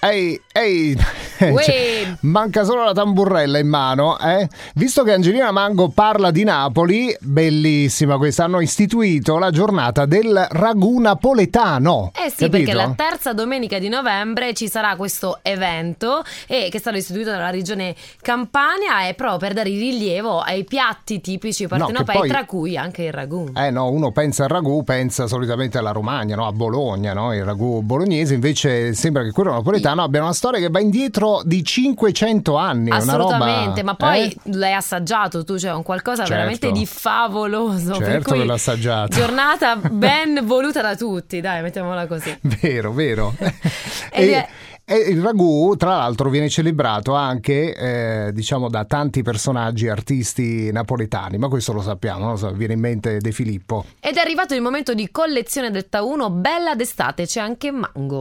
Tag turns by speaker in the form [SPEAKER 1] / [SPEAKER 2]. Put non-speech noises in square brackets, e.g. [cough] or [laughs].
[SPEAKER 1] Ehi, ehi, [laughs] cioè, manca solo la tamburrella in mano. Eh? Visto che Angelina Mango parla di Napoli, bellissima questa, hanno istituito la giornata del ragù napoletano.
[SPEAKER 2] Eh sì, perché la terza domenica di novembre ci sarà questo evento eh, che è stato istituito dalla regione Campania e proprio per dare rilievo ai piatti tipici partenopei,
[SPEAKER 1] poi-
[SPEAKER 2] tra cui anche il ragù.
[SPEAKER 1] Eh no, uno pensa al ragù, pensa solitamente alla Romagna, no? a Bologna, no? il ragù bolognese, invece sembra che quello napoletano abbia una storia che va indietro di 500 anni. una roba-
[SPEAKER 2] Assolutamente, ma poi
[SPEAKER 1] Eh?
[SPEAKER 2] l'hai assaggiato tu, cioè un qualcosa
[SPEAKER 1] Certo.
[SPEAKER 2] veramente di favoloso. per
[SPEAKER 1] Certo
[SPEAKER 2] cui
[SPEAKER 1] che l'ho assaggiato. [laughs]
[SPEAKER 2] Giornata ben voluta da tutti, dai, mettiamola così.
[SPEAKER 1] Vero, vero.
[SPEAKER 2] [laughs] Ed
[SPEAKER 1] e,
[SPEAKER 2] è-
[SPEAKER 1] e il ragù, tra l'altro, viene celebrato anche eh, diciamo da tanti personaggi e artisti napoletani, ma questo lo sappiamo, non lo so, viene in mente De Filippo.
[SPEAKER 2] Ed è arrivato il momento di collezione del Tauno, bella d'estate, c'è anche mango.